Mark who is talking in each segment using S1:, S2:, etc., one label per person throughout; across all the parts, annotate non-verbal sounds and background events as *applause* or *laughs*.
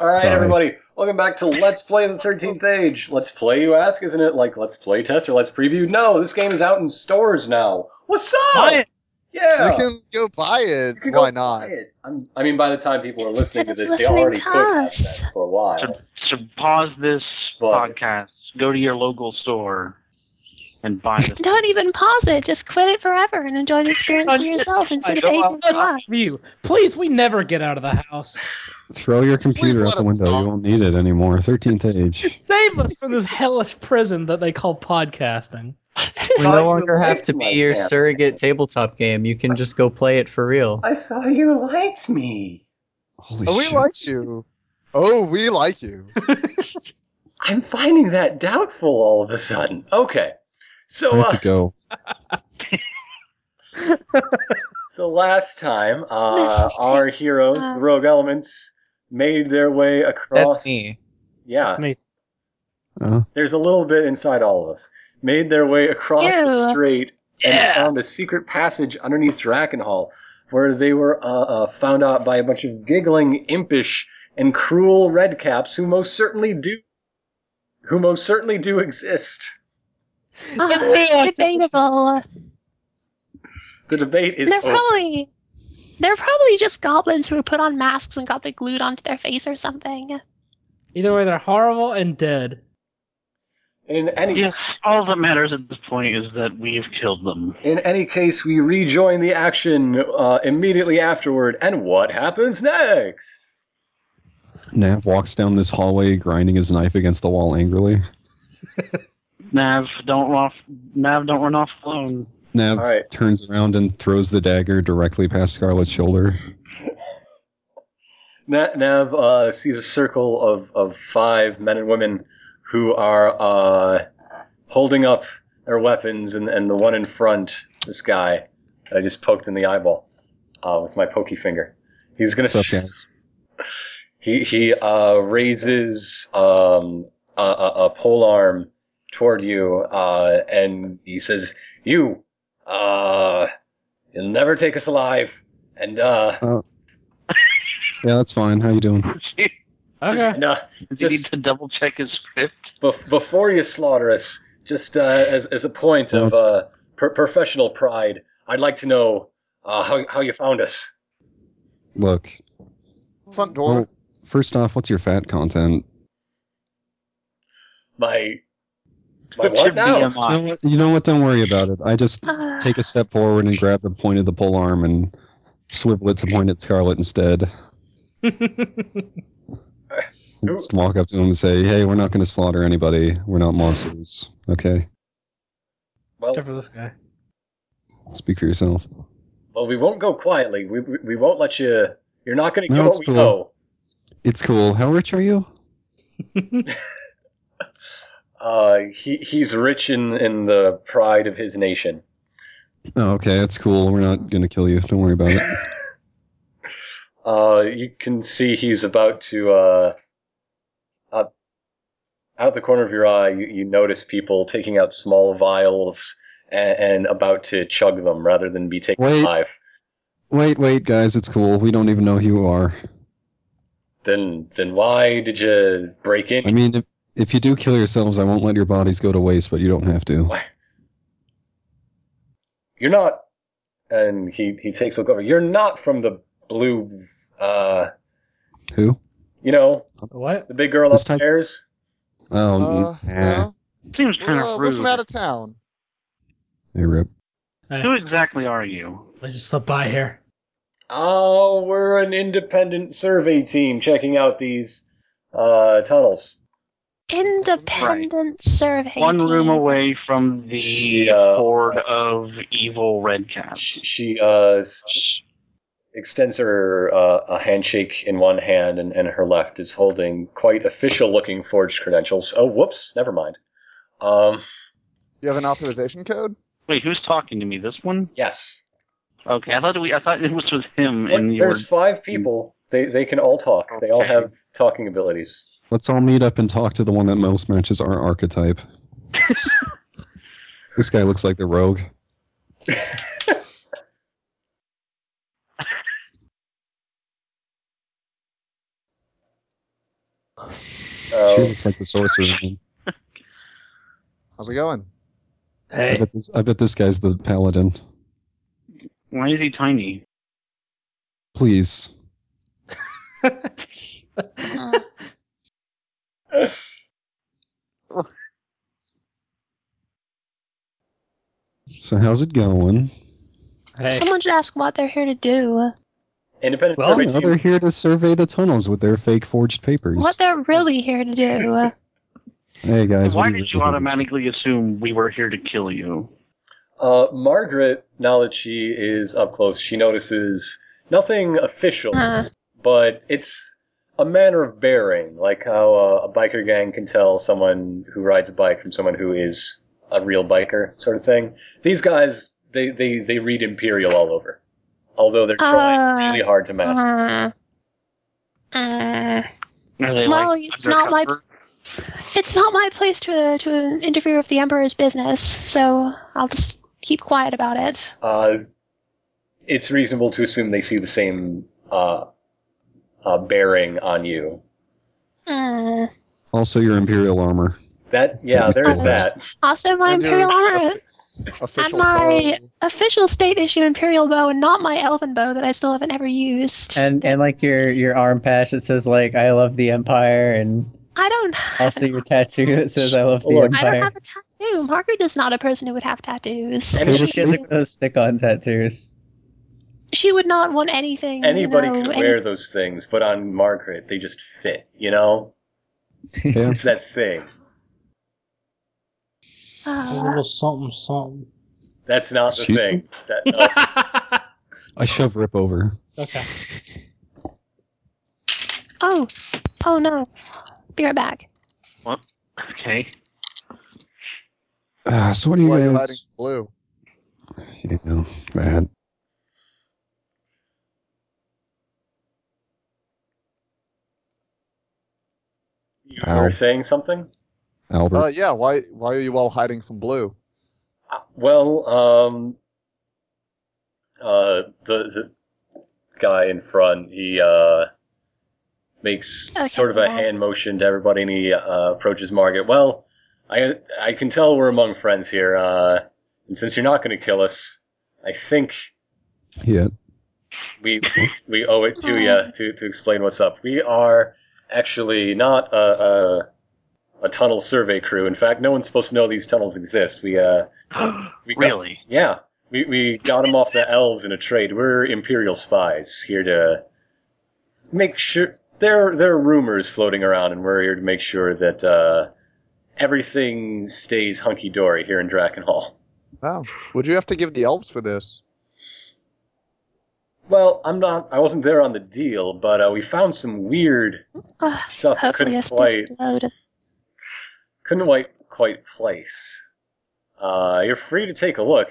S1: All right,
S2: Die.
S1: everybody, welcome back to Let's Play the Thirteenth Age. Let's play, you ask, isn't it? Like Let's Play Test or Let's Preview? No, this game is out in stores now. What's up? Yeah,
S2: You can go buy it.
S1: You can go
S2: Why not?
S1: buy it. I'm, I mean, by the time people are listening
S3: Instead
S1: to
S3: of
S1: this,
S3: listening
S1: they already
S3: to
S1: could have
S3: us.
S1: that for a while.
S4: So, so pause this
S1: But-
S4: podcast. Go to your local store and buy this.
S1: *laughs*
S3: Don't even pause it. Just quit it forever and enjoy the experience for yourself instead of hating for us. *laughs*
S5: you. Please, we never get out of the *laughs* house.
S6: Throw your computer
S2: Please let
S6: out the
S2: us
S6: window.
S2: stop.
S6: You won't need it anymore. 13th
S2: *laughs*
S6: age.
S5: Save us from this hellish prison that they call podcasting.
S7: We
S1: Thought you
S7: no longer have
S1: liked
S7: to be
S1: my
S7: your
S1: app.
S7: surrogate tabletop game. You can just go play it for real.
S1: I thought you liked me.
S6: Holy
S2: Oh, we
S6: shit.
S2: like you. Oh, we like you.
S1: I'm finding that doubtful all of a sudden. Okay,
S6: I
S1: so
S6: have
S1: uh,
S6: to go.
S1: So last time, uh,
S3: Mrs.
S1: our heroes,
S3: Uh,
S1: the Rogue Elements, made their way across.
S7: That's me.
S1: Yeah,
S5: It's me.
S6: Uh,
S1: there's a little bit inside all of us. Made their way across the
S3: Ew.
S1: strait and found a secret passage underneath Drakenhall, where they were uh, uh, found out by a bunch of giggling, impish, and cruel redcaps who most certainly do, who most certainly do exist.
S3: Uh, debatable.
S1: The debate is
S3: They're
S1: over.
S3: probably they're probably just goblins who put on masks and got they glued onto their face or something.
S5: Either way, they're horrible and dead.
S1: in any
S4: Yes, all that matters at this point is that we have killed them.
S1: In any case, we rejoin the action uh, immediately afterward, and what happens next?
S6: Nav walks down this hallway, grinding his knife against the wall angrily.
S4: Nav, don't run off. Nav, don't run off alone. *laughs*
S6: Nav
S1: All right.
S6: turns around and throws the dagger directly past Scarlet's shoulder.
S1: Na- Nav uh, sees a circle of, of five men and women who are uh, holding up their weapons, and, and the one in front, this guy, I just poked in the eyeball uh, with my pokey finger. He's gonna
S6: What's up, guys?
S1: He he uh, raises um, a, a, a pole arm toward you, uh, and he says, "You, uh, you'll never take us alive." And uh,
S6: Yeah, that's fine. How you doing?
S4: Did
S5: Okay.
S1: and, uh
S4: you need
S1: Just-
S4: to double check his script?
S1: bef- before you slaughter us, just uh, as as a point of
S6: Don't.
S1: uh, per- professional pride, I'd like to know uh, how how you found us.
S6: Look.
S2: Front
S6: Well,
S2: door.
S6: first off, what's your fat content?
S1: My my
S4: What's your
S1: what now?
S6: You know
S4: BMI?
S6: what? You know what? Don't worry about it. I just
S3: Uh,
S6: take a step forward and grab the point of the pole arm and swivel it to point at
S2: *laughs*
S6: Scarlet instead. Just walk up to him and say, "Hey, we're not going to slaughter anybody. We're not monsters. Okay,
S1: Well,
S5: Except for this guy.
S6: speak for yourself."
S1: well, we won't go quietly. We we, we won't let you. You're not going to
S6: No,
S1: get what
S6: it's
S1: we
S6: cool.
S1: know.
S6: It's cool. How rich are you?
S1: Uh, he he's rich in in the pride of his nation.
S6: Oh, okay, that's cool. We're not going to kill you. Don't worry about it.
S2: *laughs*
S1: Uh, you can see he's about to uh, uh out the corner of your eye, you, you notice people taking out small vials and, and about to chug them rather than be taken
S6: Wait.
S1: alive.
S6: wait, wait, guys, it's cool. We don't even know who you are.
S1: Then then why did you break in?
S6: I mean, if, if you do kill yourselves, I won't let your bodies go to waste, but you don't have to.
S1: why? You're not. And he he takes a look over. You're not from the blue. Uh,
S6: Who?
S1: you know
S5: What?
S1: the big girl
S6: This ties-
S1: upstairs.
S6: Oh,
S2: Uh, no.
S4: Seems kind
S2: Well,
S4: of
S2: we're
S4: rude.
S2: from out of town.
S6: hey, Rip.
S4: Who exactly are you?
S5: I just slipped by here.
S1: Oh, we're an independent survey team checking out these uh, tunnels.
S3: independent survey.
S4: One
S3: team.
S4: room away from the
S1: uh,
S4: horde of evil redcaps.
S1: She, she uh, s- extends her uh, a handshake in one hand, and, and her left is holding quite official-looking forged credentials. Oh, whoops, never mind. Um,
S2: You have an authorization code?
S4: Wait, who's talking to me? This one?
S1: yes,
S4: Okay, I thought we. I thought it was with him,
S1: Look,
S4: and you were
S1: there's five people. They they can all talk. They all
S4: Okay.
S1: have talking abilities.
S6: Let's all meet up and talk to the one that most matches our archetype. this guy looks like the rogue.
S1: Um,
S6: He looks like the sorcerer. Man.
S2: How's it going?
S6: I,
S4: Hey,
S6: bet this, I bet this guy's the paladin.
S4: why is he tiny?
S6: Please.
S3: Ah,
S6: So how's it going?
S5: Hey.
S3: Someone should ask what they're here to do.
S1: Independent
S5: Well,
S1: survey
S6: You know, they're
S1: team.
S6: here to survey the tunnels with their fake forged papers.
S3: What they're really here to do.
S6: Hey guys.
S4: why
S6: what are
S4: did you
S6: doing?
S4: automatically assume we were here to kill you?
S1: Uh, Margaret, now that she is up close, she notices nothing official,
S3: Huh.
S1: but it's a manner of bearing, like how uh, a biker gang can tell someone who rides a bike from someone who is a real biker, sort of thing. These guys, they they, they read Imperial all over, although they're trying
S3: Uh,
S1: really hard to mask. it.
S3: Uh, uh,
S4: Are they,
S3: Well,
S4: like,
S3: it's not my-
S4: undercover?
S3: it's not my place to to interfere with the Emperor's business, so I'll just keep quiet about it.
S1: Uh, it's reasonable to assume they see the same uh, uh, bearing on you.
S3: Uh,
S6: Also, your imperial armor.
S1: That yeah, there's
S3: Nice.
S1: that.
S3: also, my
S7: uh,
S2: Andrew,
S3: Imperial armor,
S2: offi- Official
S3: my-
S2: bow.
S3: official state issue Imperial bow, and not my Elven bow that I still haven't ever used.
S7: And and like your your arm patch that says like I love the empire, and
S3: I don't. *laughs*
S7: also your tattoo that says I love the
S1: Or-
S3: I don't
S7: empire.
S3: have a tattoo. Margaret is not a person who would have tattoos.
S1: And
S7: Maybe
S3: she,
S7: she has like those stick-on tattoos.
S3: she would not want anything. you
S1: Anybody
S3: know,
S1: could
S3: any-
S1: wear those things, but on Margaret, they just fit. You know,
S6: Yeah.
S1: it's that thing.
S5: *laughs* A
S3: Uh,
S5: little something, something.
S1: That's not the
S6: Excuse
S1: thing. That, no.
S6: I shove Rip over.
S5: okay.
S3: oh, oh no. Be right back.
S4: Okay.
S6: Uh, so
S2: That's
S6: what do you
S2: why you're hiding
S6: guys?
S2: blue.
S6: You know that.
S1: you
S6: Ow.
S1: were saying something.
S6: Albert.
S2: Uh, yeah. Why? Why are you all hiding from blue?
S1: Uh, Well, um, uh, the the guy in front, he uh makes
S3: Okay,
S1: sort of a
S3: yeah.
S1: hand motion to everybody, and he uh, approaches Margaret. Well, I I can tell we're among friends here, uh, and since you're not going to kill us, I think
S6: yeah.
S1: we we owe it to
S3: Aw.
S1: you to, to explain what's up. We are actually not a, a a tunnel survey crew. In fact, no one's supposed to know these tunnels exist. We uh *gasps* we got-
S4: really?
S1: yeah we we got them off the elves in a trade. We're imperial spies here to make sure there there are rumors floating around, and we're here to make sure that uh, everything stays hunky dory here in Drakenhall.
S2: Oh. Would you have to give the elves for this?
S1: Well, I'm not. I wasn't there on the deal, but uh, we found some weird
S3: Ugh,
S1: stuff that
S3: hopefully,
S1: Oh, couldn't
S3: a
S1: quite
S3: space load.
S1: couldn't quite quite place. Uh, you're free to take a look.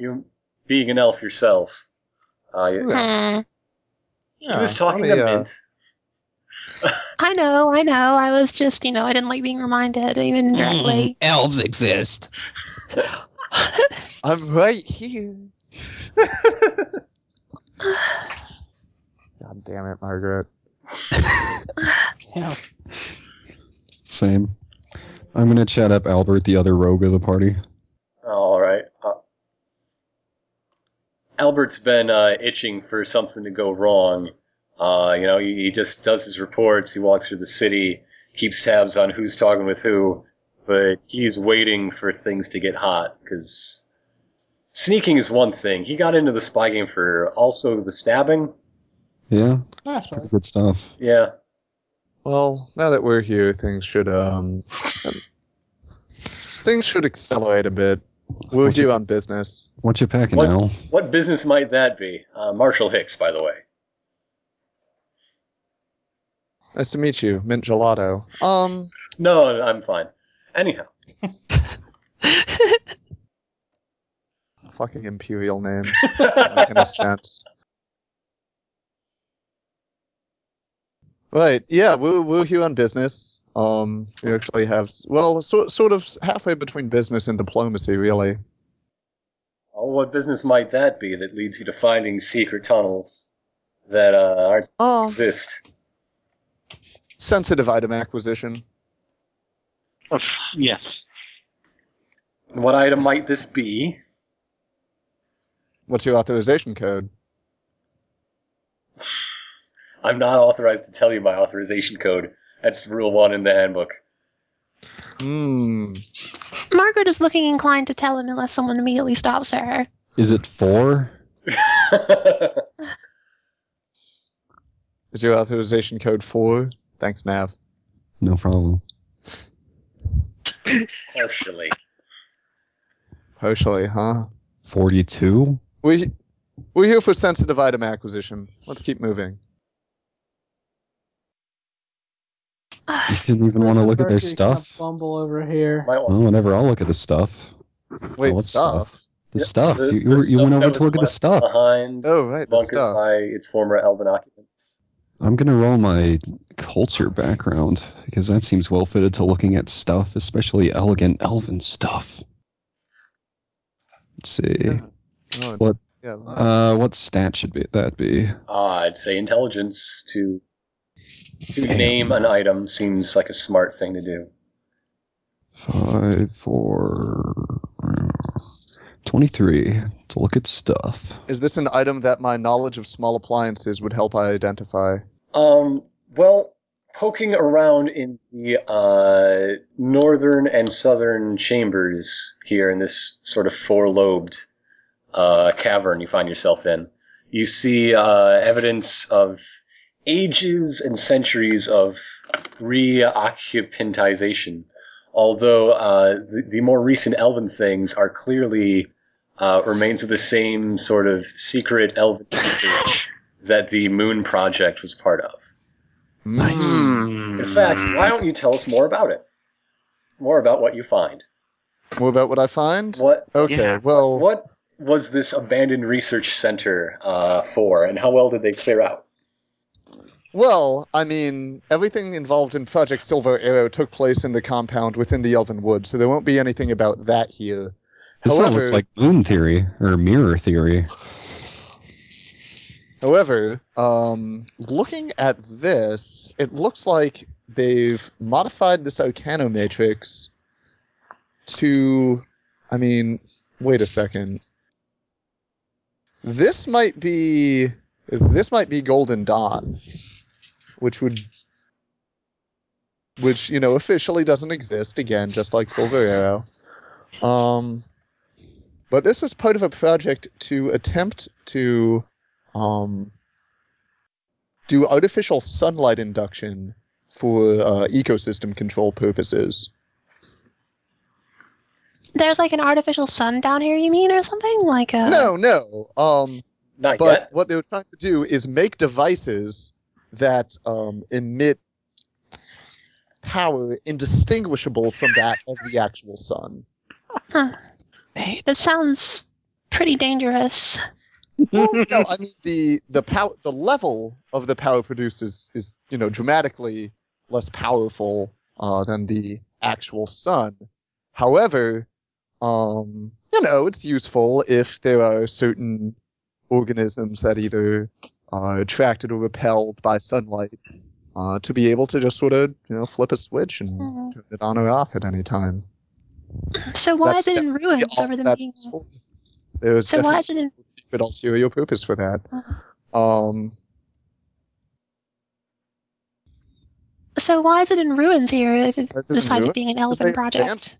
S1: You being an elf yourself. Uh, you-
S2: Yeah.
S3: Hmm.
S1: he was talking
S2: let me,
S1: to
S2: uh,
S1: Mint.
S3: I know, I know. I was just, you know, I didn't like being reminded, even
S7: Mm.
S3: directly.
S6: Elves exist.
S2: I'm
S1: *laughs*
S2: right here. God damn it, Margaret.
S5: Yeah.
S6: Same. I'm gonna chat up Albert, the other rogue of the party.
S1: Oh, all right. Uh, Albert's been uh, itching for something to go wrong. Uh, you know, he, he just does his reports. He walks through the city, keeps tabs on who's talking with who, but he's waiting for things to get hot because sneaking is one thing. He got into the spy game for also the stabbing.
S6: Yeah.
S5: That's right.
S6: Good stuff.
S1: Yeah.
S2: Well, now that we're here, things should um, things should accelerate a bit. We're
S6: Okay.
S2: due on business.
S6: What you packing
S1: What-
S6: now?
S1: What business might that be? Uh, Marshall Hicks, by the way.
S2: Nice to meet you, Mint Gelato. Um,
S1: No, I'm fine. Anyhow, *laughs*
S2: fucking imperial names. Make any sense. Right. Yeah, we're we're here on business. Um, we actually have well, sort sort of halfway between business and diplomacy, really.
S1: Oh, what business might that be that leads you to finding secret tunnels that uh, aren't
S2: Um,
S1: exist?
S2: sensitive item acquisition.
S4: Oof, Oh, yes.
S1: What item might this be?
S2: What's your authorization code?
S1: I'm not authorized to tell you my authorization code. That's rule one in the handbook. *laughs*
S2: Hmm.
S3: Margaret is looking inclined to tell him unless someone immediately stops her.
S6: Is it four?
S2: Is your authorization code four? Thanks, Nav.
S6: No problem.
S1: Partially.
S2: Partially, huh?
S6: Forty-two.
S2: We we're here for sensitive item acquisition. Let's keep moving.
S6: You didn't even want to look at their
S5: Mercury's gonna
S6: stuff.
S5: Bumble over here.
S1: Might want-
S6: Well, whatever. I'll look at the stuff.
S2: Wait,
S6: love
S2: stop.
S6: The
S1: Yeah,
S6: stuff.
S1: the- the
S6: you you, were- you
S1: stuff
S6: went
S1: that
S6: over
S1: was
S6: to look at the
S1: left Uh-huh.
S6: stuff.
S1: Behind
S2: Oh, right, the
S1: bunkered
S2: stuff.
S1: by its former elven occupants.
S6: I'm gonna roll my culture background because that seems well fitted to looking at stuff, especially elegant elven stuff. Let's see.
S2: Oh,
S6: What?
S2: Yeah.
S6: Uh, what stat should be that be?
S1: Ah, I'd say intelligence to to
S6: Damn.
S1: name an item seems like a smart thing to do.
S6: Five, four, twenty-three to look at stuff.
S2: Is this an item that my knowledge of small appliances would help I identify?
S1: Um, well, poking around in the uh, northern and southern chambers here in this sort of four lobed uh, cavern you find yourself in, you see uh, evidence of ages and centuries of reoccupantization. Although uh, the, the more recent elven things are clearly uh, remains of the same sort of secret elven research that the Moon Project was part of.
S6: Nice.
S4: Hmm.
S1: In fact, why don't you tell us more about it? More about what you find.
S2: More about what I find?
S1: What
S2: Okay.
S4: Yeah.
S2: Well,
S1: what was this abandoned research center uh, for, and how well did they clear out?
S2: Well, I mean, everything involved in Project Silver Arrow took place in the compound within the Elven Wood, so there won't be anything about that here.
S6: This all
S2: However,
S6: looks like moon theory or mirror theory.
S2: however, um, looking at this, it looks like they've modified this Arcano Matrix to, I mean, wait a second. This might be this might be Golden Dawn, which would which you know officially doesn't exist again, just like Silver Arrow. Um, but this was part of a project to attempt to um, do artificial sunlight induction for uh, ecosystem control purposes.
S3: There's like an artificial sun down here, you mean, or something? Like uh, a.
S2: No, no. Um,
S1: Uh, Not
S2: but
S1: yet.
S2: what they were trying to do is make devices that um, emit power indistinguishable from that of the actual sun.
S3: That sounds pretty dangerous. *laughs*
S2: Well, no, I mean the the power the level of the power produced is is you know dramatically less powerful uh, than the actual sun. However, um, you know it's useful if there are certain organisms that either are attracted or repelled by sunlight uh, to be able to just sort of you know flip a switch and
S3: Mhm.
S2: turn it on or off at any time.
S3: So why
S2: That's
S3: is it in
S2: definitely
S3: ruins
S2: all
S3: over the
S2: that
S3: being?
S2: was for. There was
S3: So why
S2: definitely
S3: is it in?
S2: secret ulterior purpose for that. Um,
S3: So why is it in ruins here? If it's
S2: That's in
S3: decided
S2: ruins?
S3: being an
S2: Because
S3: elven
S2: they
S3: project.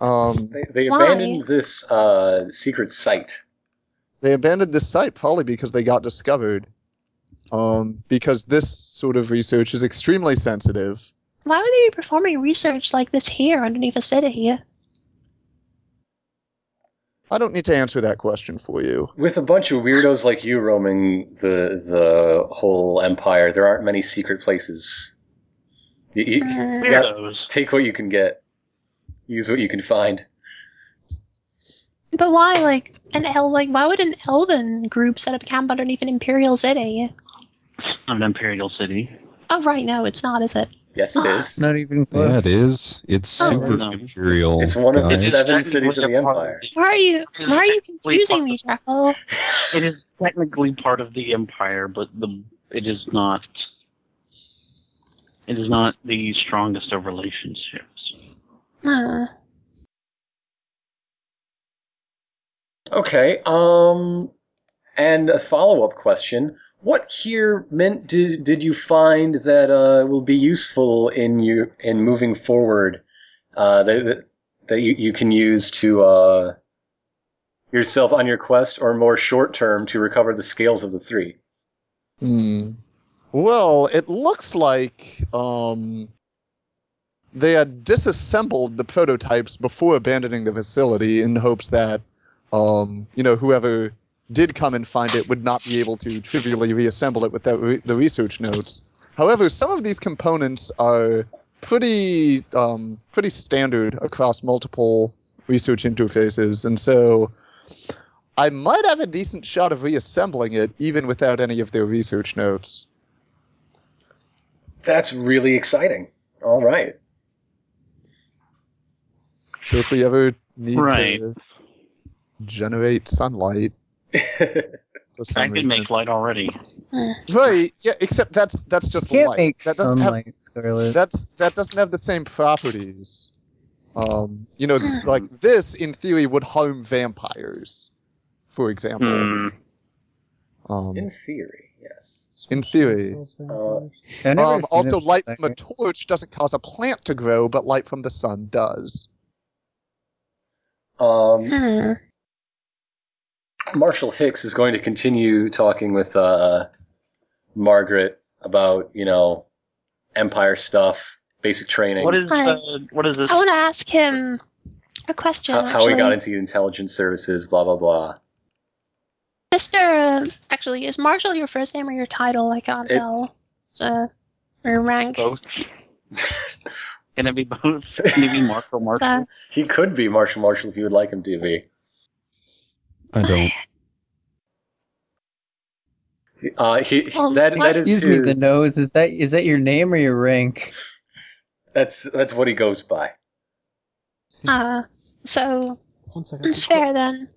S2: um,
S1: They, they
S3: Why?
S1: abandoned this uh, secret site.
S2: they abandoned this site probably because they got discovered. Um, because this sort of research is extremely sensitive.
S3: Why would they be performing research like this here underneath a city?
S2: I don't need to answer that question for you.
S1: With a bunch of weirdos like you roaming the the whole empire, there aren't many secret places. You, you,
S3: Mm.
S1: you gotta
S4: Weirdos.
S1: take what you can get. Use what you can find.
S3: But why, like an el, like why would an elven group set up camp underneath an imperial city?
S4: It's not an imperial city.
S3: Oh, right, no, it's not, is it?
S1: Yes, it is.
S7: Not even
S6: Yeah,
S7: close.
S6: it is. It's
S3: Oh.
S6: super
S4: No.
S6: imperial.
S1: It's one of the
S6: guys.
S4: It's
S1: seven
S4: technically
S1: cities of the
S4: a part
S1: empire.
S3: Why are you, why are you
S4: Wait,
S3: confusing
S4: what
S3: me, Jekyll?
S4: It is technically part of the empire, but the it is not. It is not the strongest of relationships.
S3: Huh.
S1: Okay. Um, and a follow-up question: What here meant did did you find that uh, will be useful in you in moving forward? Uh, that that you, you can use to uh, yourself on your quest, or more short term to recover the scales of the three.
S2: Hmm. Well, it looks like um, they had disassembled the prototypes before abandoning the facility in hopes that, um, you know, whoever did come and find it would not be able to trivially reassemble it with that re- the research notes. However, some of these components are pretty um, pretty standard across multiple research interfaces, and so I might have a decent shot of reassembling it even without any of their research notes.
S1: That's really exciting. All right.
S2: So if we ever need
S4: Right.
S2: to generate sunlight for some
S4: I could
S2: reason.
S4: make light already.
S2: Right, yeah, except that's that's
S7: You
S2: just
S7: can't
S2: light.
S7: make
S2: that doesn't have
S7: sunlight, Scarlet.
S2: that's that doesn't have the same properties. Um, you know,
S3: Hmm.
S2: like this in theory would harm vampires, for example.
S4: Hmm.
S2: Um,
S1: In theory, yes.
S2: in theory.
S1: Uh,
S7: I've never
S2: Um,
S7: seen
S2: also,
S7: it
S2: light
S7: like
S2: from a
S7: it.
S2: torch doesn't cause a plant to grow, but light from the sun does.
S1: Um,
S3: Hmm.
S1: Marshall Hicks is going to continue talking with uh, Margaret about you know empire stuff, basic training,
S4: What is
S3: Hi.
S4: the, what is this?
S3: I want to ask him a question.
S1: how, how
S3: actually.
S1: we got into intelligence services, blah blah blah.
S3: Mr. uh, Actually, is Marshall your first name or your title? I can't
S1: It-
S3: tell. It's, uh, or rank.
S4: Both. *laughs* Can it be both? Can it be Marshall
S3: It's, uh,
S4: Marshall?
S1: He could be Marshall Marshall if you would like him to be.
S6: I don't.
S1: Uh, he, he-
S3: Um,
S1: that, that is
S7: Excuse me, the
S1: his-
S7: nose is that is that your name or your rank?
S1: That's that's what he goes by.
S3: uh, so,
S5: One second.
S3: it's fair then.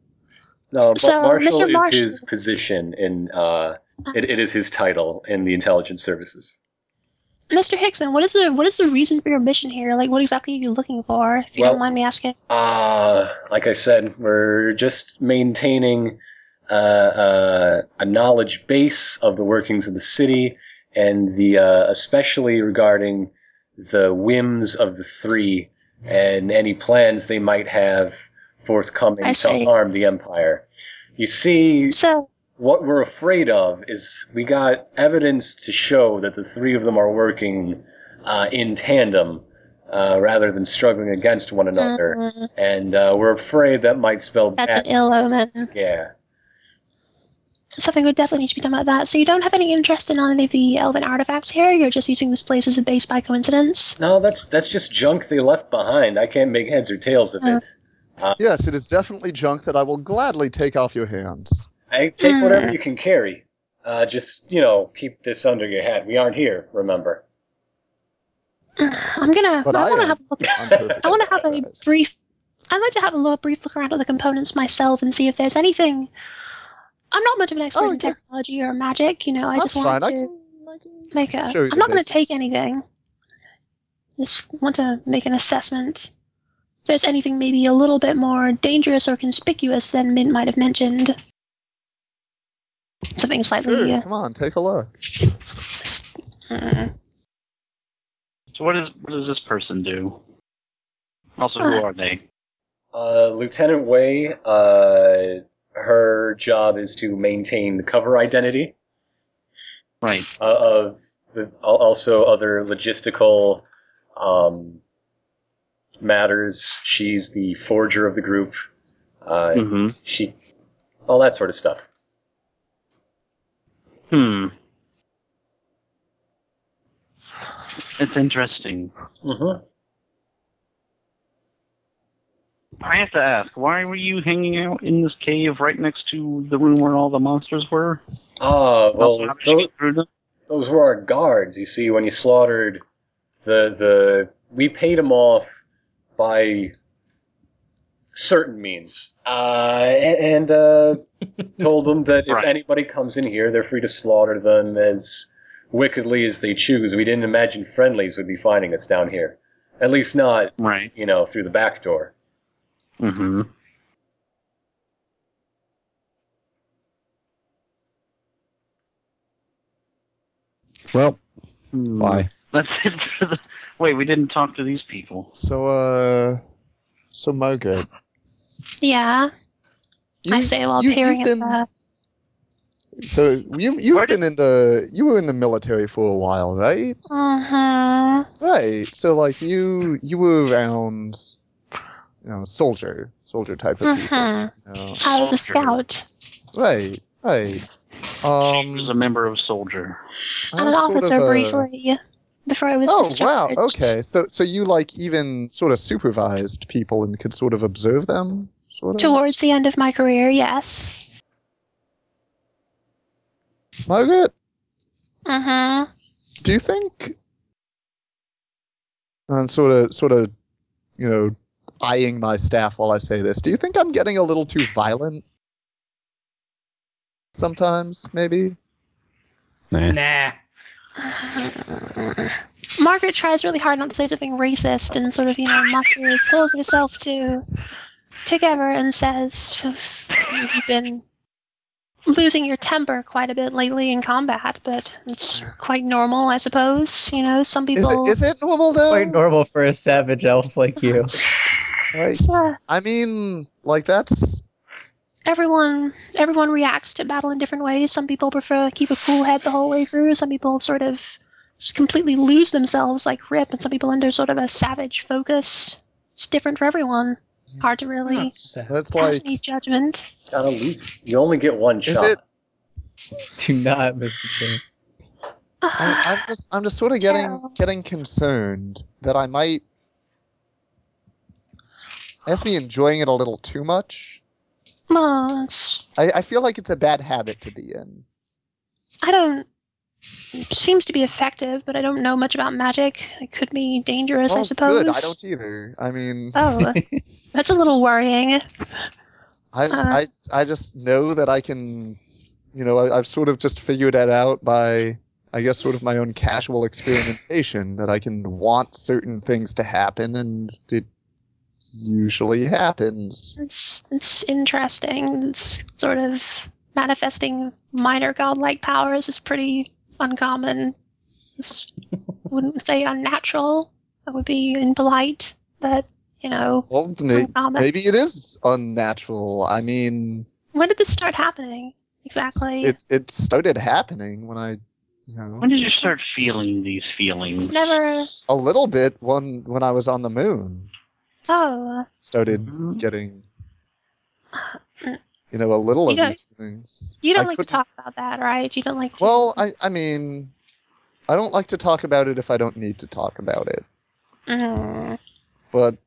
S1: No, but
S3: So,
S1: Marshall
S3: Mr.
S1: is
S3: Marshall-
S1: his position in. Uh, it, it is his title in the intelligence services.
S3: Mr. Hickson, what is the what is the reason for your mission here? Like, what exactly are you looking for? If you
S1: Well-
S3: don't mind me asking.
S1: Uh, like I said, we're just maintaining uh, uh, a knowledge base of the workings of the city, and the uh, especially regarding the whims of the three and any plans they might have forthcoming
S3: I
S1: to
S3: see.
S1: harm the empire. You see,
S3: So,
S1: what we're afraid of is we got evidence to show that the three of them are working uh, in tandem uh, rather than struggling against one another.
S3: mm,
S1: And uh, we're afraid that might spell
S3: that's
S1: bad.
S3: an ill omen.
S1: yeah.
S3: Something would definitely need to be done about that. So, you don't have any interest in any of the elven artifacts here. You're just using this place as a base by coincidence. *sighs*
S1: No, that's that's just junk they left behind. I can't make heads or tails of
S3: Mm.
S1: it.
S2: Yes, it is definitely junk that I will gladly take off your hands.
S1: I take
S3: Hmm.
S1: whatever you can carry. Uh, just you know, keep this under your hat. We aren't here, remember.
S3: I'm gonna.
S2: But
S3: I,
S2: I
S3: want to
S2: am.
S3: have. A look, *laughs*
S2: I'm perfect.
S3: I want to have a
S2: Yes.
S3: brief. I'd like to have a little brief look around at the components myself and see if there's anything. I'm not much of an expert
S2: Oh,
S3: in
S2: yeah.
S3: technology or magic, you know. I
S2: That's
S3: just want
S2: fine. I
S3: to
S2: can, I can
S3: make a.
S2: show you
S3: I'm
S2: the
S3: not going to take
S2: basics.
S3: anything. Just want to make an assessment. If there's anything maybe a little bit more dangerous or conspicuous than Mint might have mentioned. Something
S2: Sure,
S3: slightly. uh,
S2: come on, take a look.
S3: s- mm.
S4: So what is what does this person do? Also, who
S3: Uh.
S4: are they?
S1: Uh, Lieutenant Wei, uh, her job is to maintain the cover identity.
S4: Right.
S1: uh, of the, al- also other logistical um, matters. She's the forger of the group. Uh,
S4: hmm
S1: She, all that sort of stuff.
S4: Hmm. It's interesting.
S1: Mm-hmm.
S4: I have to ask, why were you hanging out in this cave right next to the room where all the monsters were?
S1: Ah, well,
S4: How did you
S1: those,
S4: get through them?
S1: those were our guards. You see, when you slaughtered the the, we paid them off by certain means, uh, a- and uh, told them that *laughs* if
S4: Right.
S1: anybody comes in here, they're free to slaughter them as wickedly as they choose. We didn't imagine friendlies would be finding us down here. At least not,
S4: Right.
S1: you know, through the back door.
S4: Mm-hmm.
S6: Well,
S4: Hmm.
S6: bye.
S4: *laughs* That's it for the. Wait, we didn't talk to these people.
S2: So, uh, so Margaret,
S3: Yeah, I say while
S2: you-
S3: peering
S2: you've been-
S3: at the.
S2: So you you've
S4: Where
S2: been in the you were in the military for a while, right?
S3: Uh-huh.
S2: Right. So like you you were around, you know, soldier soldier type of people.
S3: Mhm.
S2: you know.
S3: I was a
S4: Soldier.
S3: scout.
S2: Right. Right.
S4: She was a
S2: Um,
S4: member of Soldier.
S3: I'm
S2: I
S3: an
S2: was sort
S3: officer
S2: of a-
S3: briefly before I was
S2: Oh wow.
S3: discharged.
S2: Okay. So so you like even sort of supervised people and could sort of observe them, sort of.
S3: Towards the end of my career, yes.
S2: Margaret,
S3: Mm-hmm.
S2: do you think I'm sort of sort of you know eyeing my staff while I say this. Do you think I'm getting a little too violent? Sometimes, maybe.
S6: Nah.
S5: Nah.
S3: Margaret tries really hard not to say something racist and sort of, you know, mustery pulls herself to together and says, You've been losing your temper quite a bit lately in combat, but it's quite normal, I suppose. You know, some
S2: Is
S3: people.
S2: it is it normal though?
S7: Quite normal for a savage elf like
S2: *laughs*
S7: you.
S2: Like,
S3: it's, uh,
S2: I mean, like that's
S3: everyone everyone reacts to battle in different ways. Some people prefer to keep a cool head the whole way through. Some people sort of just completely lose themselves like Rip, and some people under sort of a savage focus. It's different for everyone. Hard to really
S5: Not sad.
S2: that's
S3: pass
S2: like
S3: any judgment.
S1: Gotta lose. You only get one
S2: Is
S1: shot.
S2: it-
S7: Do not miss the chance.
S2: I, I'm just I'm just sort of getting
S3: Yeah.
S2: getting concerned that I might I must be enjoying it a little too much.
S3: *sighs* Well, it's-
S2: I, I feel like it's a bad habit to be in.
S3: I don't. It seems to be effective, but I don't know much about magic. It could be dangerous, I
S2: Oh,
S3: suppose.
S2: Good, I don't either. I mean, *laughs*
S3: Oh, that's a little worrying.
S2: I,
S3: uh.
S2: I I just know that I can, you know, I, I've sort of just figured that out by, I guess, sort of my own casual experimentation that I can want certain things to happen and it usually happens.
S3: It's it's interesting. It's sort of manifesting minor godlike powers is pretty uncommon.
S2: *laughs*
S3: It's, wouldn't say unnatural. That would be impolite, but you know,
S2: Well, may-
S3: uncommon.
S2: maybe it is unnatural. I mean,
S3: When did this start happening exactly?
S2: it it started happening when I, you know,
S4: When did you start feeling these feelings?
S3: it's
S4: *laughs*
S3: never.
S2: a little bit when when I was on the moon
S3: Oh,
S2: started
S4: Mhm.
S2: getting you know a little
S3: You
S2: of
S3: don't-
S2: these things.
S3: you don't
S2: I
S3: like to
S2: couldn't-
S3: talk about that, right? You don't like to.
S2: Well, I I mean, I don't like to talk about it if I don't need to talk about it.
S3: Mm.
S2: But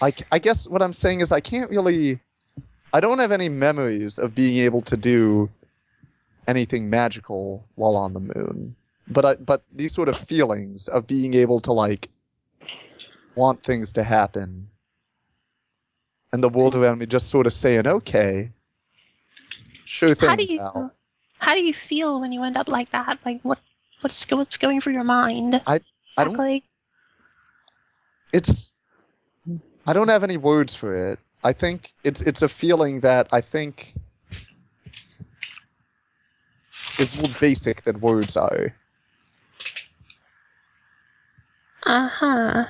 S2: I c- I guess what I'm saying is I can't really I don't have any memories of being able to do anything magical while on the moon. But I but these sort of feelings of being able to like want things to happen and the world around me just sort of saying okay sure thing
S3: How do you?
S2: pal."
S3: How do you feel when you end up like that? Like what? What's go- what's going through your mind?
S2: I don't
S3: Exactly.
S2: it's I don't have any words for it. I think it's it's a feeling that I think is more basic than words are.
S3: Uh huh.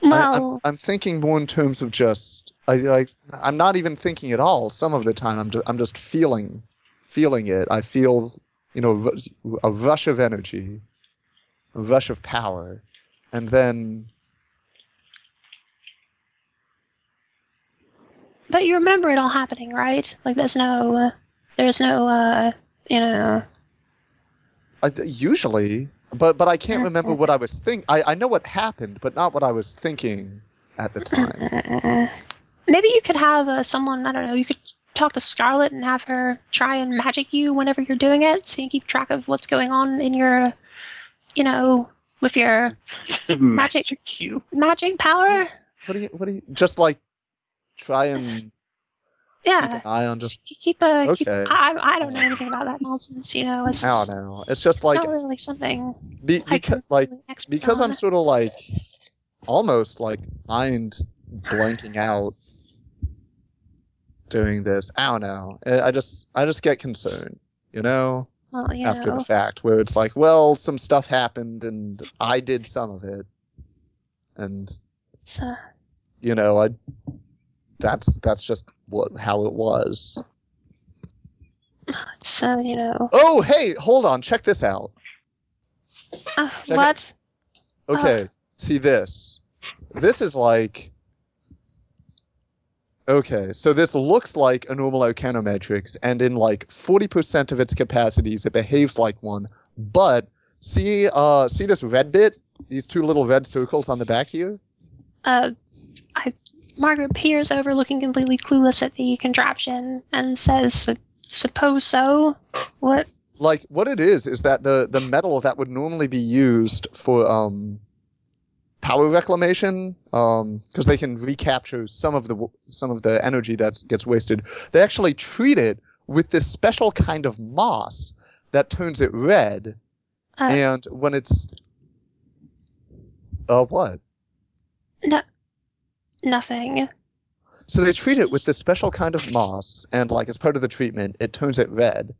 S2: I, I'm,
S3: Well,
S2: I'm thinking more in terms of just I like I'm not even thinking at all. Some of the time I'm just I'm just feeling feeling it. I feel you know ru- a rush of energy, a rush of power, and then
S3: but you remember it all happening, right? Like there's no, uh, there's no, uh, you know. *clears throat*
S2: I, usually, but but I can't remember what I was think. I, I know what happened, but not what I was thinking at the
S3: *laughs*
S2: time.
S3: Maybe you could have uh, someone. I don't know. You could talk to Scarlet and have her try and magic you whenever you're doing it, so you keep track of what's going on in your, you know, with your
S4: Magic you.
S3: magic power.
S2: What do you? What do you? Just like try and Keep
S3: Yeah.
S2: an eye on just.
S3: Keep, a. Keep,
S2: Okay.
S3: I, I I don't know anything about that nonsense. You know, it's
S2: I don't know. It's just like
S3: not really something.
S2: be,
S3: Oh, I
S2: because
S3: can
S2: like
S3: really expert
S2: because
S3: on.
S2: I'm sort of like almost like mind blanking out doing this. I don't know. I I just I just get concerned, you know,
S3: Well, you
S2: after
S3: know.
S2: the fact, where it's like, well, some stuff happened and I did some of it, and
S3: it's, uh,
S2: you know, I that's that's just what how it was.
S3: it's, uh, you know.
S2: Oh, hey, hold on, check this out.
S3: Uh,
S2: it.
S3: what? Oh.
S2: Okay, see this. This is like. Okay, so this looks like a normal Ocanometrix, and in like 40% of its capacities, it behaves like one. But see, uh, see this red bit? These two little red circles on the back here?
S3: Uh, I, Margaret peers over, looking completely clueless at the contraption, and says, "Suppose so. What?
S2: Like, what it is is that the the metal that would normally be used for um power reclamation, um, because they can recapture some of the w- some of the energy that gets wasted. They actually treat it with this special kind of moss that turns it red,
S3: Uh,
S2: and when it's uh what?
S3: No, nothing.
S2: So they treat it with this special kind of moss, and like as part of the treatment, it turns it red.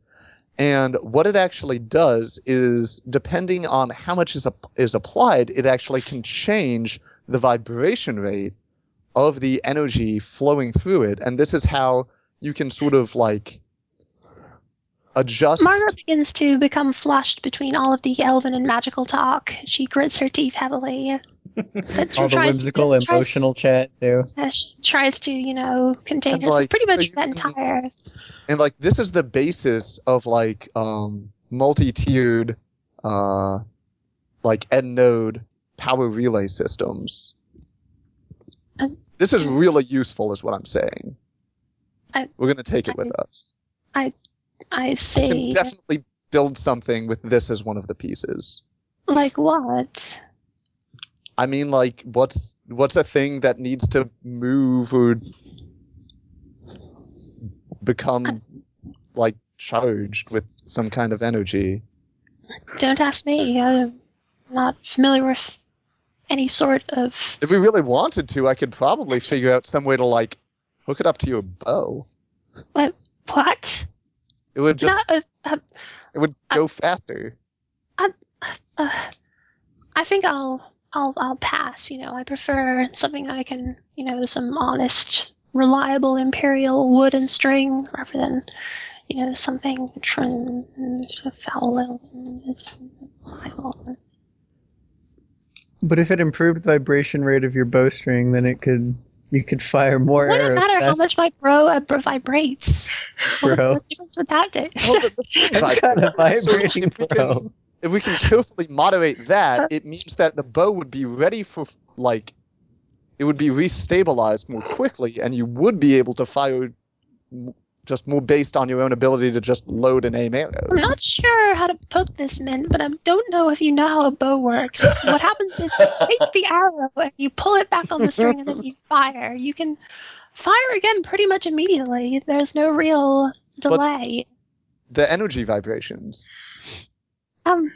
S2: And what it actually does is, depending on how much is ap- is applied, it actually can change the vibration rate of the energy flowing through it. And this is how you can sort of like adjust.
S3: Margaret begins to become flushed between all of the elven and magical talk. She grits her teeth heavily.
S2: *laughs*
S3: But she
S7: All the
S3: tries
S7: whimsical,
S3: to, tries-
S7: emotional chat too.
S3: uh, she tries to, you know, contain
S2: And,
S3: herself
S2: like,
S3: pretty
S2: so
S3: much
S2: you
S3: that
S2: can-
S3: entire.
S2: and like this is the basis of like um multi-tiered uh like end node power relay systems
S3: Um,
S2: this is really useful is what i'm saying
S3: I-
S2: we're going to take it with us
S3: I
S2: we can
S3: see.
S2: definitely build something with this as one of the pieces
S3: Like what?
S2: i mean like what's what's a thing that needs to move or become like charged with some kind of energy
S3: Don't ask me. I'm not familiar with any sort of.
S2: If we really wanted to, I could probably figure out some way to like hook it up to your bow.
S3: What?
S2: It would just
S3: no, uh, uh,
S2: it would go faster.
S3: uh, I think I'll I'll I'll pass. You know, I prefer something that I can, you know, some honest, reliable imperial wood and string rather than, you know, something from foul.
S7: But if it improved the vibration rate of your bowstring, then it could you could fire more
S3: Wouldn't
S7: arrows.
S3: matter how
S7: faster, *laughs*
S3: much my bro uh, bro vibrates. What,
S7: Bro.
S3: what difference would that do?
S2: Well, the- the thing is,
S7: I've
S3: *laughs*
S7: got a
S2: so if
S7: vibrating
S2: we can-
S7: bow.
S2: if we can carefully moderate that, it means that the bow would be ready for like it would be restabilized more quickly, and you would be able to fire m- just more based on your own ability to just load and aim arrows.
S3: I'm not sure how to put this, Min, but I don't know if you know how a bow works. what happens is you take the arrow and you pull it back on the string and then you fire. You can fire again pretty much immediately. There's no real delay.
S2: The energy vibrations.
S3: Um,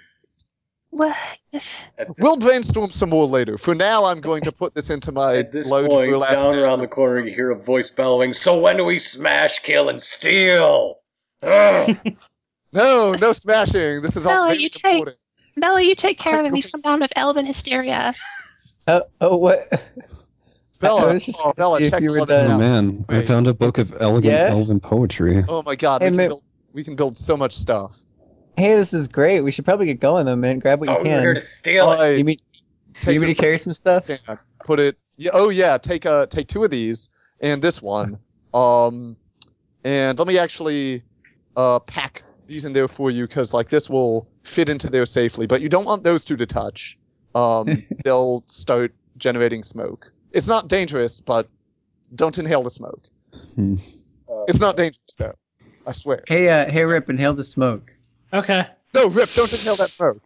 S3: well, if,
S1: At this,
S2: We'll brainstorm some more later. For now, I'm going to put this into my
S1: at this
S2: load
S1: point,
S2: relax
S1: down around the corner, you hear a voice bellowing, So when do we smash, kill, and steal? Ugh.
S2: No, no smashing. This is all
S3: No,
S2: very
S3: you take-
S2: important.
S3: Bella, you take care of him. He's come down with elven hysteria.
S7: Oh, oh what?
S2: Bella,
S7: I was just gonna
S2: oh, Bella,
S7: see if
S2: check
S7: you were
S2: all this
S7: done.
S6: Oh
S2: out.
S6: man, I
S2: Wait.
S6: found a book of elegant
S7: Yeah?
S6: elven poetry.
S2: Oh my god,
S7: Hey,
S2: we, can
S7: ma-
S2: build, we can build so much stuff.
S7: Hey, this is great. We should probably get going though, man. Grab what you
S1: Oh, we were here
S7: can.
S1: to steal it.
S2: I
S7: You mean
S2: take
S7: you need me to
S2: this
S7: carry some stuff?
S2: thing, I put it. Yeah, oh yeah, take uh take two of these and this one. Um, and let me actually uh pack these in there for you because like this will fit into there safely. But you don't want those two to touch.
S6: *laughs*
S2: Um, they'll start generating smoke. It's not dangerous, but don't inhale the smoke.
S6: Hmm.
S2: It's not dangerous though. I swear.
S7: Hey, uh, hey, Rip, inhale the smoke. *laughs*
S5: Okay. *laughs*
S2: No, Rip, don't inhale that smoke.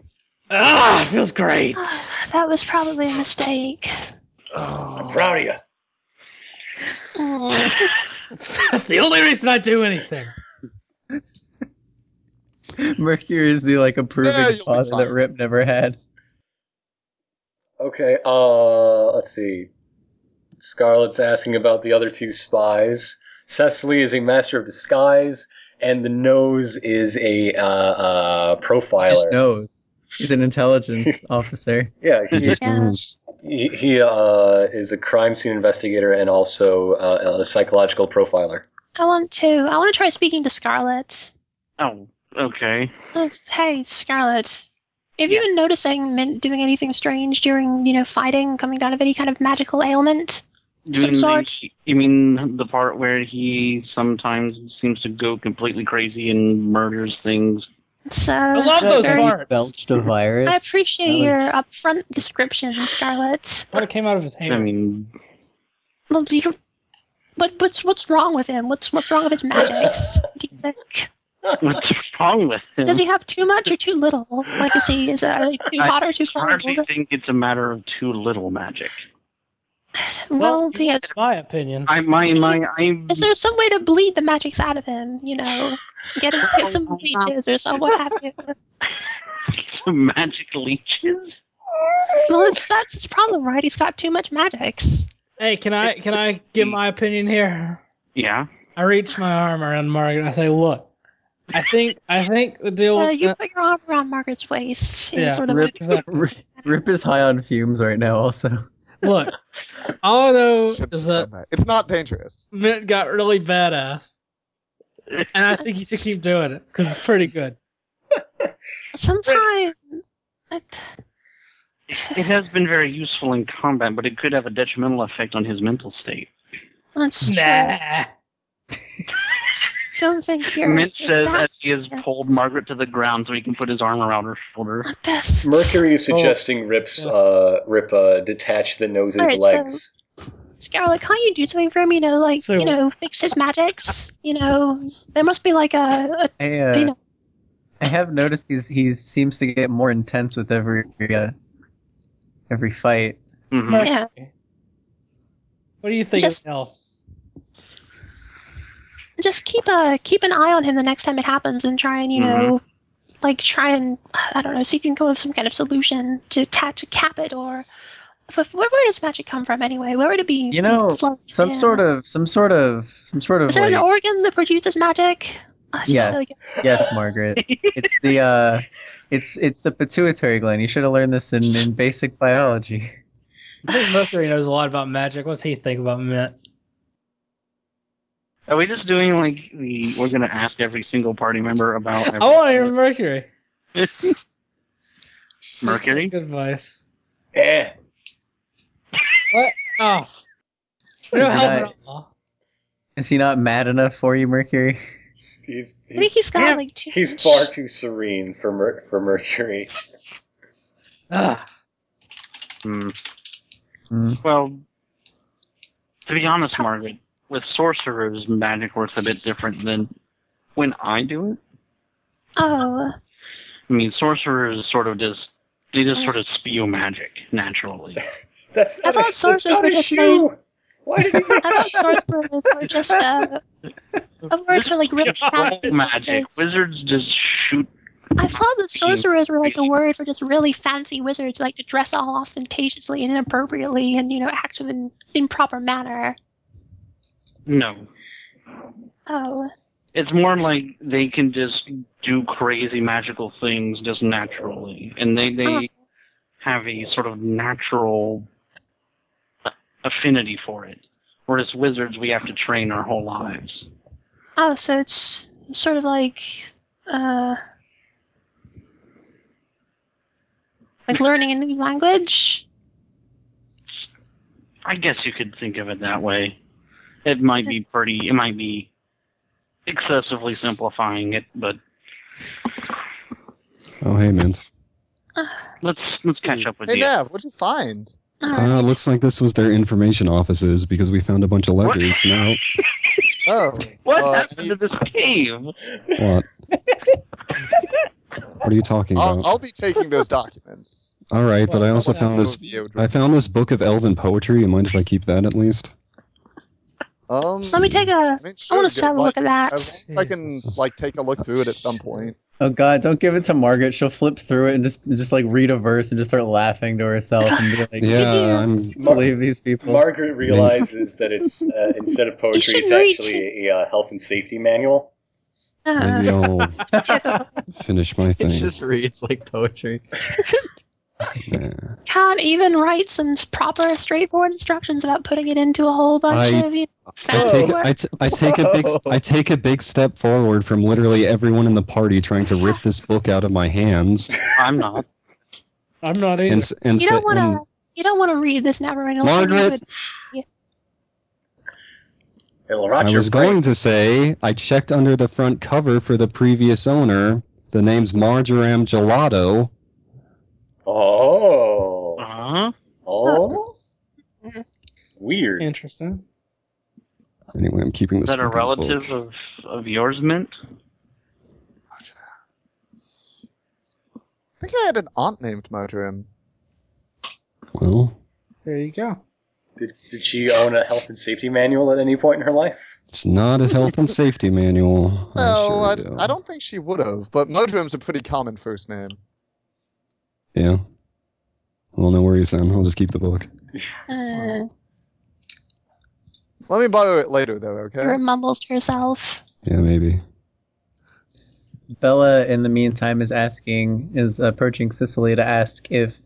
S5: Ah, it feels
S3: *sighs*
S5: great.
S3: that was probably a mistake.
S1: I'm proud of you.
S3: Mm.
S5: That's the only reason I do anything.
S7: Mercury is the like approving
S2: Yeah, you'll be
S7: father that
S2: fine.
S7: Rip never had.
S1: Okay, uh, let's see. Scarlett's asking about the other two spies. Cecily is a master of disguise, and the nose is a uh, uh, profiler.
S7: Just knows. He's an
S2: *laughs*
S7: intelligence officer.
S1: Yeah,
S6: He
S1: he,
S6: just
S3: Yeah.
S6: knows.
S1: he, he uh, is a crime scene investigator and also uh, a psychological profiler.
S3: I want to. I want to try speaking to Scarlet.
S4: Oh, okay.
S3: Uh, Hey, Scarlet. Have you been noticing Mint doing anything strange during, you know, fighting, coming down of any kind of magical ailment?
S4: Do
S3: Some
S4: you-
S3: sort.
S4: You mean the part where he sometimes seems to go completely crazy and murders things?
S3: So
S5: I love those
S3: uh, very-
S5: parts.
S7: Belched a virus.
S3: I appreciate
S7: That was-
S3: your upfront description, Scarlet.
S5: What it came out of his
S4: I
S5: hand.
S4: mean,
S3: Well, do you- What, what's what's wrong with him? What's what's wrong with his magics? Do you think?
S4: what's *laughs* wrong with him?
S3: Does he have too much or too little? Like, is he
S5: *laughs*
S3: is uh, too
S4: I
S3: hot or too cold?
S4: hardly think it's a matter of too little magic.
S3: Well, he has
S5: that's my opinion.
S4: I my my I.
S3: Is there some way to bleed the magics out of him? You know, get, his,
S7: *laughs*
S3: get some leeches or some what have you.
S4: magic leeches?
S3: Well, it's, that's his problem, right? He's got too much magics.
S5: Hey, can I can I give my opinion here?
S4: Yeah.
S5: I reach my arm around Margaret. and I say, "Look, I think I think the deal
S3: Uh,
S5: with
S3: you put your arm around Margaret's waist. in
S5: Yeah,
S3: sort of
S7: Rip,
S3: like-
S7: *laughs* Rip- Rip is high on fumes right now. Also,
S5: look. All I know
S2: Shouldn't
S5: is
S2: have
S5: that
S2: done that. It's not dangerous.
S5: Mint got really badass, and I think you should keep doing it because it's pretty good.
S3: sometimes.
S4: It has been very useful in combat, but it could have a detrimental effect on his mental state.
S3: Let's
S5: Nah.
S3: don't think you're
S4: Mint says as
S3: exact-
S4: he has pulled Margaret to the ground so he can put his arm around her shoulder.
S3: best.
S1: Mercury is suggesting Rip's uh, Rip uh, detach the nose's
S3: Alright, so-
S1: legs.
S3: Scarlet, can't you do something for him? You know, like
S5: So-
S3: you know, fix his magics. You know, there must be like a,
S7: I,
S3: a
S7: uh,
S3: you know,
S7: I have noticed he's he seems to get more intense with every uh, every fight.
S4: Mhm.
S5: Mer-
S3: yeah.
S5: Mm-hmm. What do you think,
S3: Just-
S5: Al?
S3: just keep a keep an eye on him the next time it happens and try and you
S7: Mm-hmm.
S3: know like try and i don't know see if you can come up with some kind of solution to attach a cap it or if, if- where, where does magic come from anyway where would it be
S7: You know,
S3: flown
S7: Some
S3: in?
S7: sort of some sort of some sort of
S3: is there
S7: like
S3: an *laughs* organ that produces magic I just feel like-
S7: yes yes Margaret. It's the uh, it's it's the pituitary gland. You should have learned this in, in basic biology.
S5: I think Mercury knows a lot about magic. What's he think about Mint?
S4: Are we just doing like the we're gonna ask every single party member about every,
S5: Oh, I want to hear Mercury.
S4: Mercury?
S5: Good advice.
S1: Eh.
S5: What? Oh.
S7: What
S5: No
S7: is
S5: help
S7: that?
S5: at all.
S7: Is he not mad enough for you, Mercury?
S1: He's,
S3: i think
S1: he's,
S3: he's got
S4: yeah,
S3: like two
S1: he's far too serene for, Mer- for Mercury. *laughs*
S5: Ugh.
S4: Hmm.
S7: Hmm.
S4: Well, to be honest, Margaret, with sorcerers, magic works a bit different than when I do it.
S3: oh
S4: I mean, sorcerers sort of just they just sort of spew magic naturally.
S1: That's not,
S3: I
S1: a,
S3: thought
S1: that's
S3: sorcerers
S1: not
S3: were
S1: a
S3: just
S1: shoe! Why
S3: *laughs*
S1: did he
S3: i thought sorcerers were just a, a word for like really
S4: Roll
S3: fast
S4: *laughs* magic.
S3: wizards.
S4: Wizards just shoot.
S3: I thought that sorcerers were like a word for just really fancy wizards, like to dress all ostentatiously and inappropriately and, you know, act in an improper manner.
S4: No,
S3: Oh,
S4: it's more like they can just do crazy magical things just naturally, and they they have a sort of natural affinity for it. Whereas wizards, we have to train our whole lives.
S3: oh, so it's sort of like, uh, like learning a new language.
S4: I guess you could think of it that way. It might be pretty. It might be excessively simplifying it, but
S6: Oh, hey, man.
S4: let's let's catch up with
S2: Hey
S4: you.
S2: Nav, what'd you find?
S3: All
S6: Uh,
S3: right.
S6: looks like this was their information offices because we found a bunch of
S4: What?
S6: ledgers. Now,
S2: Oh,
S4: What
S2: uh,
S4: happened to *laughs* this cave?
S6: what? what are you talking
S2: I'll,
S6: about?
S2: I'll be taking those documents.
S6: All right, but I also
S5: Well,
S6: found this.
S2: Overview.
S6: I found this book of elven poetry. You mind if I keep that at least?
S2: Um,
S3: Let me take a.
S2: I, mean,
S3: I
S2: sure,
S3: want to have a look
S2: like,
S3: at that.
S2: As long as I can
S6: Jesus.
S2: like take a look through it at some point.
S8: Oh God, don't give it to Margaret. She'll flip through it and just just like read a verse and just start laughing to herself and be like,
S6: Yeah, I'm
S8: "I can't believe these people." *laughs*
S1: Margaret realizes that
S3: *laughs*
S1: it's uh, instead of poetry,
S3: should
S1: it's
S3: read
S1: actually a, uh health and safety manual.
S6: maybe
S3: Uh,
S6: I'll
S3: typical.
S6: finish my
S8: *laughs* it
S6: thing.
S8: just reads like poetry.
S6: Yeah.
S3: Can't even write some proper, straightforward instructions about putting it into a whole bunch
S6: I-
S3: of. You know,
S6: I
S3: fancy
S6: take,
S3: words.
S6: I, t- I take a big I take a big step forward from literally everyone in the party trying to rip this book out of my hands
S4: I'm not.
S5: I'm not
S6: and
S5: either.
S6: s- and,
S3: you
S6: say,
S3: don't want to. You don't want to read this never-ending.
S6: Margaret!
S1: It'll
S6: I
S1: rot your
S6: was
S1: brain.
S6: going to say I checked under the front cover for the previous owner. The name's Marjoram Gelato.
S1: Oh,
S4: Uh-huh.
S1: oh,
S3: Mhm.
S1: weird.
S5: Interesting.
S6: Anyway, I'm keeping
S4: Is
S6: this.
S4: that a
S6: fucking
S4: relative
S6: book.
S4: of, of yours, Mint?
S2: I think I had an aunt named Marjoram.
S6: Well,
S5: There you go.
S1: Did, did she own a health and safety manual at any point in her life?
S6: it's not a health and safety manual. I
S2: No,
S6: sure
S2: I,
S6: do.
S2: I don't think she would have, but Marjoram's a pretty common first name.
S6: Yeah. Well, no worries then. I'll just keep the book.
S3: Uh,
S2: Let me borrow it later, though, okay?
S3: Margaret mumbles to herself.
S6: Yeah, maybe.
S8: Bella, in the meantime, is asking, is approaching Cicely to ask if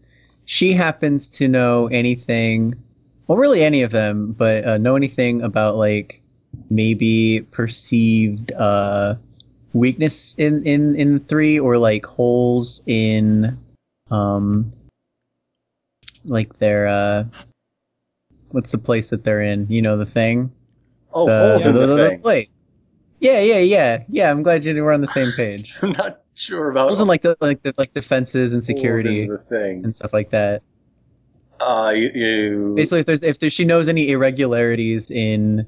S8: she happens to know anything, well, really any of them, but uh, know anything about like maybe perceived uh, weakness in in in three or like holes in um like their uh what's the place that they're in you know the thing
S1: Oh,
S8: the,
S1: holes in the, thing.
S8: place yeah yeah yeah yeah i'm glad you were on the same page
S1: *laughs* I'm not sure about.
S8: wasn't like the like the like defenses and
S1: holes in
S8: security
S1: The thing.
S8: and stuff like that.
S1: Uh, you, you-
S8: Basically, if there's if there, she knows any irregularities in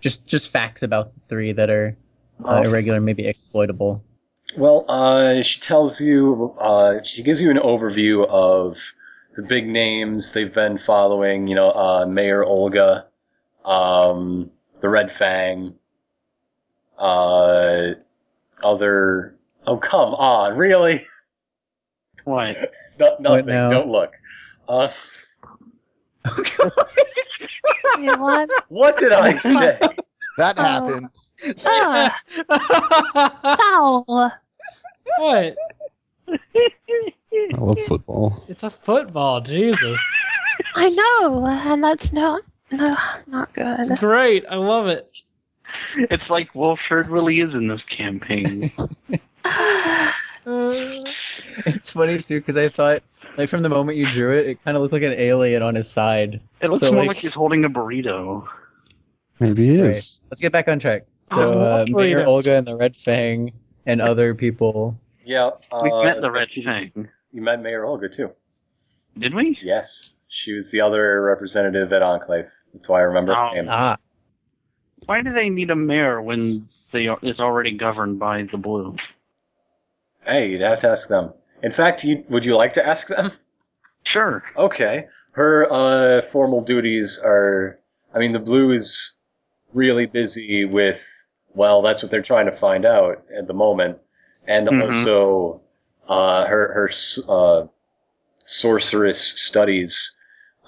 S8: just just facts about the three that are uh,
S1: Oh.
S8: irregular, maybe exploitable. *laughs*
S1: Well, uh, she tells you, uh, she gives you an overview of the big names they've been following. You know, uh, Mayor Olga, um, the Red Fang, uh, other. Oh, come on, really? *laughs*
S4: What?
S1: No, nothing.
S8: now?
S1: Don't look. Uh,
S3: You want?
S1: what did
S4: *laughs*
S1: I say?
S2: That
S3: Oh.
S2: happened.
S3: *laughs* Oh, foul.
S5: *laughs* what?
S6: I love football.
S5: It's a football. Jesus.
S3: I know, and that's not no, not good. *sighs*
S5: It's great. I love it.
S4: It's like Wilfred really is in this
S8: *laughs*
S4: campaign.
S8: It's funny too because I thought like from the moment you drew it, it kind of looked like an alien on his side.
S4: It looks
S8: So,
S4: more
S8: like-
S4: like he's holding a burrito.
S6: Maybe it is.
S8: Let's get back on track.
S1: *gasps*
S8: So
S5: Oh,
S8: uh, Mayor
S5: yeah.
S8: Olga and the Red Fang and other people.
S1: yeah. Uh,
S4: We met the red thing.
S1: You met Mayor Olga too.
S4: Did we?
S1: Yes, she was the other representative at Enclave. That's why I remember
S4: Oh.
S1: her name.
S8: Ah,
S4: Why do they need a mayor when they are, it's already governed by the blue?
S1: Hey, you'd have to ask them. In fact, you, would you like to ask them?
S4: Sure.
S1: Okay. Her uh, formal duties are. I mean, the Blue is really busy with. Well, that's what they're trying to find out at the moment, and
S4: Mhm.
S1: also uh, her her s- uh, sorceress studies,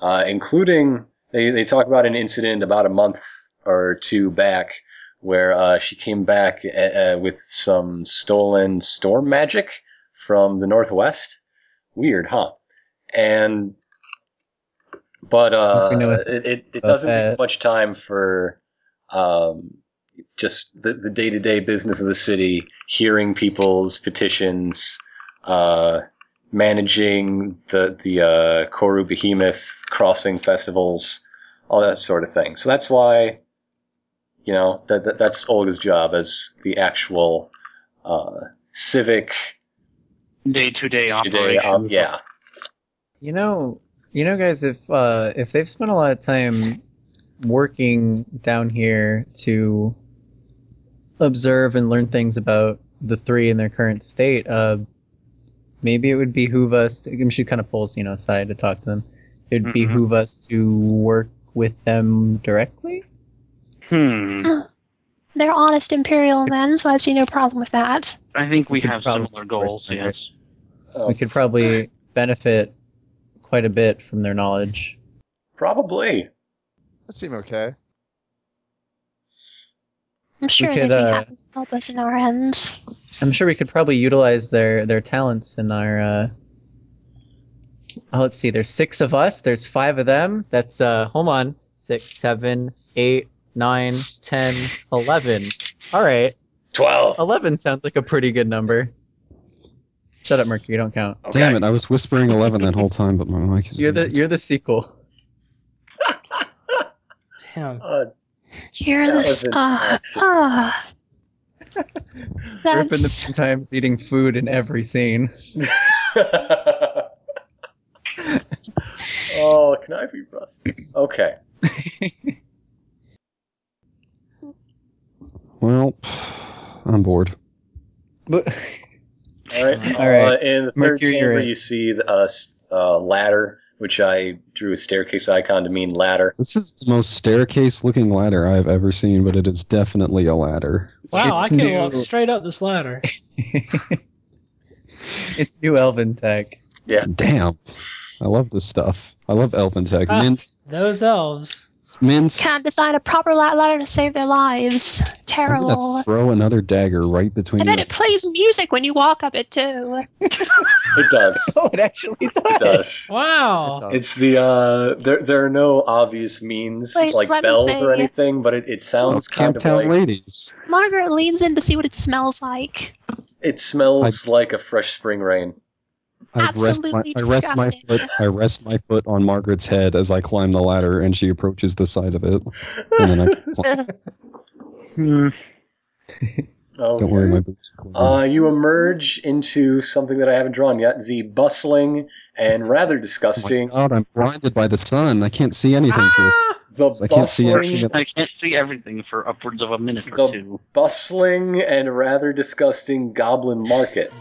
S1: uh, including they they talk about an incident about a month or two back where uh, she came back uh, uh, with some stolen storm magic from the northwest. Weird, huh? and but uh,
S8: We know it's-
S1: it, it, it
S8: about
S1: doesn't
S8: that.
S1: take much time for um, just the, the day-to-day business of the city hearing people's petitions uh, managing the the uh, koru behemoth crossing festivals all that sort of thing so that's why you know that, that that's olga's job as the actual uh, civic
S4: Day to day
S1: day
S4: operation.
S1: um, yeah
S8: You know, you know, guys, if uh, if they've spent a lot of time working down here to observe and learn things about the three in their current state, uh, maybe it would behoove us. To, I mean, she kind of pulls, you know, aside to talk to them. It would
S4: Mhm.
S8: behoove us to work with them directly.
S4: Hmm.
S3: They're honest Imperial men, so I see no problem with that.
S4: I think we
S8: Good
S4: have
S8: problem,
S4: similar goals.
S8: Forrester.
S4: Yes.
S1: Oh,
S8: We could probably benefit quite a bit from their knowledge.
S1: Probably.
S2: That seem okay.
S3: I'm sure
S8: could,
S3: they'd be
S8: uh,
S3: happy to help us in our ends.
S8: I'm sure we could probably utilize their their talents in our. Uh, oh, let's see. There's six of us. There's five of them. That's uh, hold on. Six, seven, eight, nine, ten, eleven. All right,
S1: Twelve.
S8: eleven sounds like a pretty good number. Shut up, Mercury. Don't count.
S1: Okay.
S6: Oh, Damn it! I was whispering eleven that whole time, but my mic. Is
S8: You're the you're the sequel.
S5: Damn.
S1: Uh,
S3: You're
S1: That was
S3: this.
S1: an
S3: Uh,
S1: accident.
S3: uh.
S1: *laughs*
S8: Rip in
S3: That's
S8: the times eating food in every scene.
S1: *laughs* oh, can I be rusty? Okay.
S6: Well, I'm bored.
S8: But *laughs*
S1: All right.
S4: All
S1: Uh,
S8: right.
S1: in the third
S8: Mercury, you're
S1: chamber,
S8: it.
S1: you see the uh, s- uh, ladder, which I drew a staircase icon to mean ladder.
S6: This is the most staircase-looking ladder I have ever seen, but it is definitely a ladder.
S5: Wow, I
S8: It's
S5: can
S8: new.
S5: walk straight up this ladder.
S8: it's new Elven tech.
S6: Damn. I love this stuff. I love Elven Tech.
S5: Ah.
S6: Mints,
S5: Those elves.
S6: mints.
S3: can't design a proper la- ladder to save their lives.
S6: I'm
S3: Terrible.
S6: gonna throw another dagger right between.
S3: I bet
S6: your-
S3: it plays music when you walk up it too.
S1: It
S8: *laughs*
S1: does.
S8: Oh, it actually does.
S1: It does.
S5: Wow.
S2: It does.
S1: It's the uh, there. There are no obvious means
S3: Wait,
S1: like
S3: let me
S1: bells or
S3: see.
S1: anything, but it, it
S6: Oh,
S1: sounds
S6: it's
S1: kind of
S6: Camptown
S1: like
S6: ladies.
S3: Margaret leans in to see what it smells like.
S1: it smells like a fresh spring rain.
S6: I rest my
S3: Absolutely
S6: I rest my
S3: disgusting.
S6: foot I rest my foot on Margaret's head as I climb the ladder and she approaches the side of it. And then I
S3: *laughs*
S6: climb.
S4: Hmm.
S1: Oh,
S6: don't worry, my boots are clean.
S1: Uh, you emerge into something that I haven't drawn yet the bustling and rather
S6: Oh my
S1: disgusting.
S6: God, I'm blinded by the sun. I can't see anything through.
S5: Ah!
S1: The
S6: I can't see
S1: bustling,
S6: anything.
S4: I can't see everything for upwards of a minute or
S1: The-
S4: two.
S1: bustling and rather disgusting goblin market.